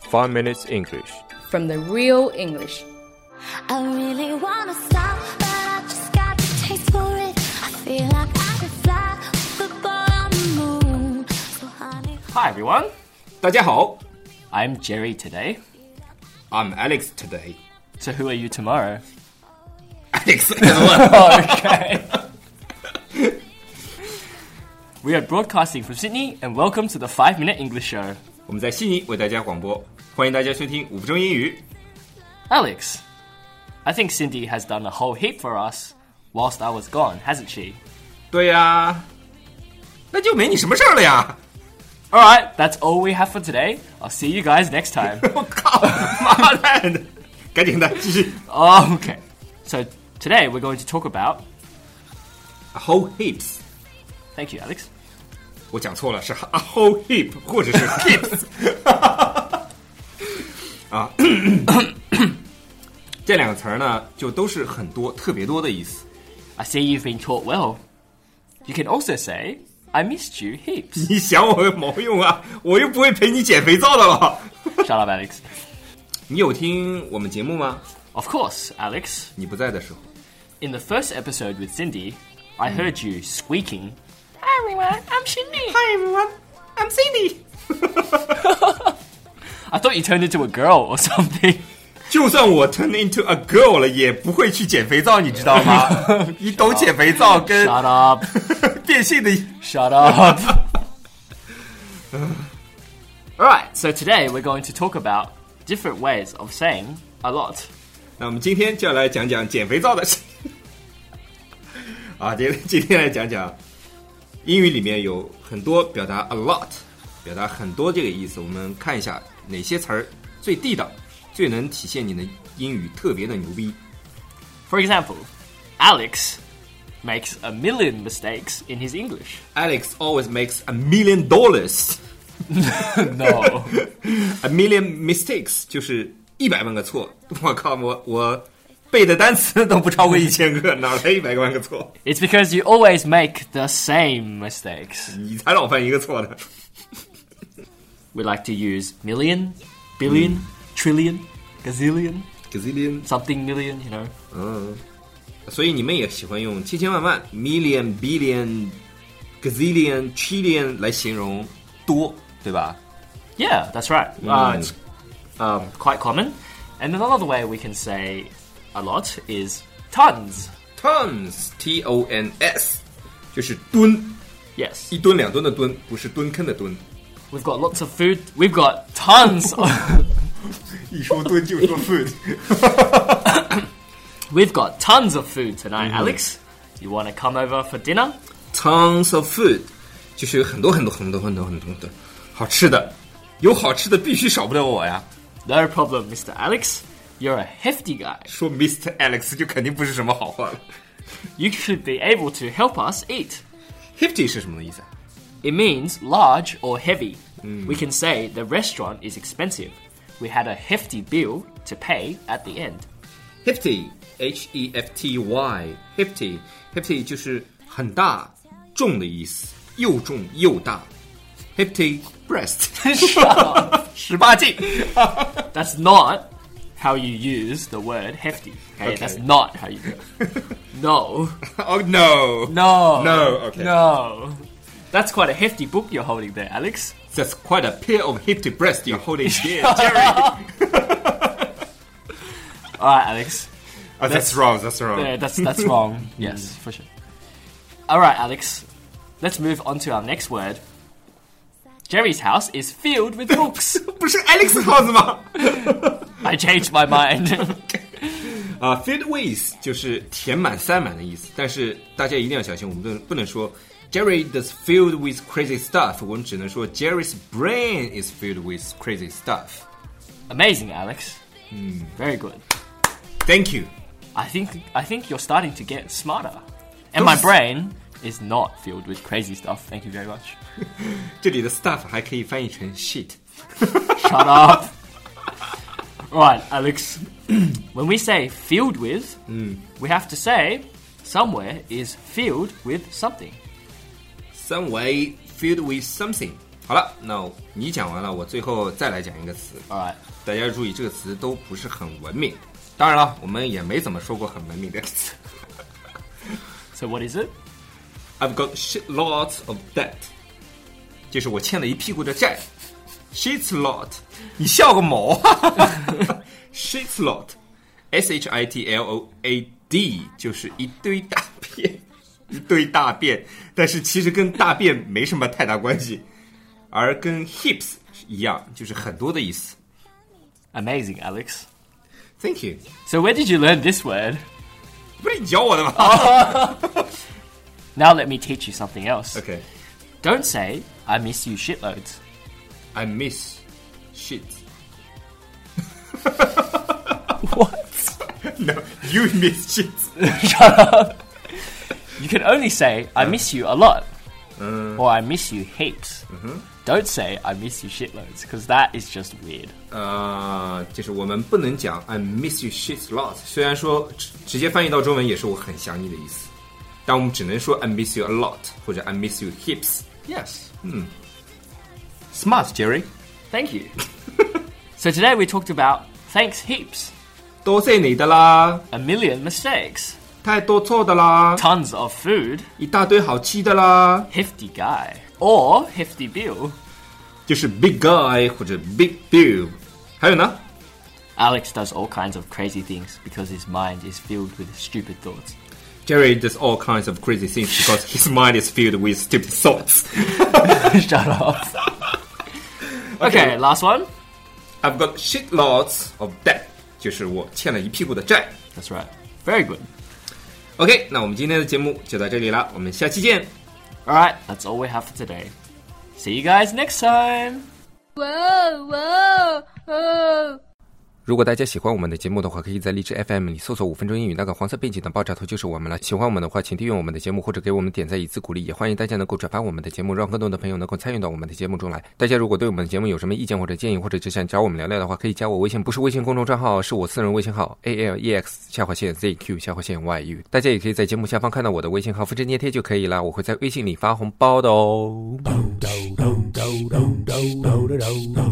Five Minutes English. from the real English. I really wanna stop, but I just got the taste for it. I feel like I could fly with the boy on the moon. So honey. Hi everyone, 大家好 I'm Jerry today. ，I'm Alex today. So who are you tomorrow? Alex， okay. we are broadcasting from Sydney and welcome to the 5 Minute English Show. 我们在悉尼为大家广播，欢迎大家收听五分钟英语。 Alex, I think Cindy has done a whole heap for us whilst I was gone, hasn't she? 对呀、那就没你什么事儿了呀！ Alright, that's all we have for today. I'll see you guys next time. 我靠，妈蛋的， 赶紧的，继续。Oh, okay. So today we're going to talk about. A whole heaps， Thank you, Alex. 我讲错了，是 a whole heap 或者是 heaps。啊， 这两个词儿呢，就都是很多、特别多的意思。 I see you've been taught well. You can also say, I missed you heaps. 你想我有毛用啊？我又不会陪你捡肥皂的了。 Shut up, Alex. 你有听我们节目吗？ Of course, Alex. 你不在的时候。 In the first episode with Cindy, I heard you squeaking. Hi everyone, I'm Cindy. Hi everyone, I'm Cindy。 I thought you turned into a girl or something. 就算我 turn into a girl 了，也不会去捡肥皂，你知道吗？ 你懂捡肥皂跟 Shut up. 变性的 Shut up. Alright, so today we're going to talk about different ways of saying a lot. 那我们今天就要来讲讲减肥皂的事。 啊，今天今天来讲讲英语里面有很多表达 a lot，表达很多这个意思。我们看一下哪些词儿最地道，最能体现你的英语特别的牛逼。 For example, Alex makes a million mistakes in his English. Alex always makes a million dollars, no. a million mistakes，就是一百万个错。我靠，我我背的单词都不超过一千个，哪来一百万个错？ It's because you always make the same mistakes. 你才老犯一个错呢。 We like to use million, billion, trillion, gazillion, Gazillion something million, you know. 所以你们也喜欢用千千万万 million billion gazillion trillion 来形容多，对吧？ Yeah, that's right. Uh, it's um, quite common. And another way we can say a lot is tons. tons t o n s 就是吨， Yes. 一吨两吨的吨，不是蹲坑的蹲。 We've got lots of food. We've got tons. Of, 一说吨就说 food。 we've got tons of food tonight, Alex. You want to come over for dinner? tons of food 就是有很多很多很多很多很多很多好吃的，有好吃的必须少不了我呀。 No problem, Mr. Alex. You're a hefty guy. 说 Mr. Alex 就肯定不是什么好话了。 You should be able to help us eat. Hefty 是什么意思啊？ It means large or heavy. We can say the restaurant is expensive. We had a hefty bill to pay at the end. Hefty, H E F T Y, hefty, hefty 就是很大、重的意思，又重又大。Hefty breast，十八禁。 That's not how you use the word hefty. Okay, Okay. that's not how you do it. no. Oh no, No. No, okay. No. That's quite a hefty book you're holding there, Alex. that's quite a pair of hefty breasts you're holding here, Jerry. All right, Alex. Oh, that's wrong, that's wrong. Yeah, that's that's wrong. yes, for sure. All right, Alex. Let's move on to our next word. Jerry's house is filled with books. 不是 Alex 套子吗？ I changed my mind. 啊、f i l l e d with 就是填满、塞满的意思。但是大家一定要小心，我们不能不能说 Jerry is filled with crazy stuff，我们只能说 Jerry's brain is filled with crazy stuff。 Amazing, Alex. Very good. Thank you. I think I think you're starting to get smarter, and my Those- brain is not filled with crazy stuff. Thank you very much. 这里的 stuff 还可以翻译成 shit。 Shut up. right, Alex. when we say filled with, we have to say somewhere is filled with something. Some way filled with something 好了，那你讲完了，我最后再来讲一个词， All right. 大家注意这个词都不是很文明。当然了，我们也没怎么说过很文明的词。 So what is it? I've got shit lots of debt，就是我欠了一屁股的债。Shit lot，你笑个毛 ？Shit lot，S H I T L O A D，就是一堆大便，一堆大便，但是其实跟大便没什么太大关系，而跟 hips 一样，就是很多的意思。 Amazing, Alex. Thank you， So where did you learn this word? 不是你教我的吗 Now let me teach you something else. ？OK，I、 Don't say I miss you shitloads. miss shit。 What? No, you miss shit. Shut up. You can only say I miss you a lot, or I miss you heaps. Don't say I miss you shitloads because that is just weird. 呃，就是我们不能讲 I miss you shit lot。虽然说直直接翻译到中文也是我很想你的意思，但我们只能说 I miss you a lot 或者 I miss you hips。Yes，嗯，smart Jerry。 Thank you. so today we talked about thanks heaps, 多谢你的啦， a million mistakes, 太多错的啦， tons of food, 一大堆好吃的啦， hefty guy, or hefty bill. 就是 big guy 或者 big bill。还有呢， Alex does all kinds of crazy things because his mind is filled with stupid thoughts. Jerry does all kinds of crazy things because his mind is filled with stupid thoughts. Shut up. okay, last one. I've got shit lots of debt，就是我欠了一屁股的债。 That's right. Very good. OK，那我们今天的节目就到这里了，我们下期见。 All right, that's all we have for today. See you guys next time. 如果大家喜欢我们的节目的话，可以在荔枝 FM 里搜索“五分钟英语”，那个黄色背景的爆炸头就是我们了。喜欢我们的话，请订阅我们的节目，或者给我们点赞以资鼓励。也欢迎大家能够转发我们的节目，让更多的朋友能够参与到我们的节目中来。大家如果对我们的节目有什么意见或者建议，或者只想找我们聊聊的话，可以加我微信，不是微信公众账号，是我私人微信号 a l e x 下划线 z q 下划线 y u。大家也可以在节目下方看到我的微信号，复制粘贴就可以啦。我会在微信里发红包的哦。 do do do do do do do do do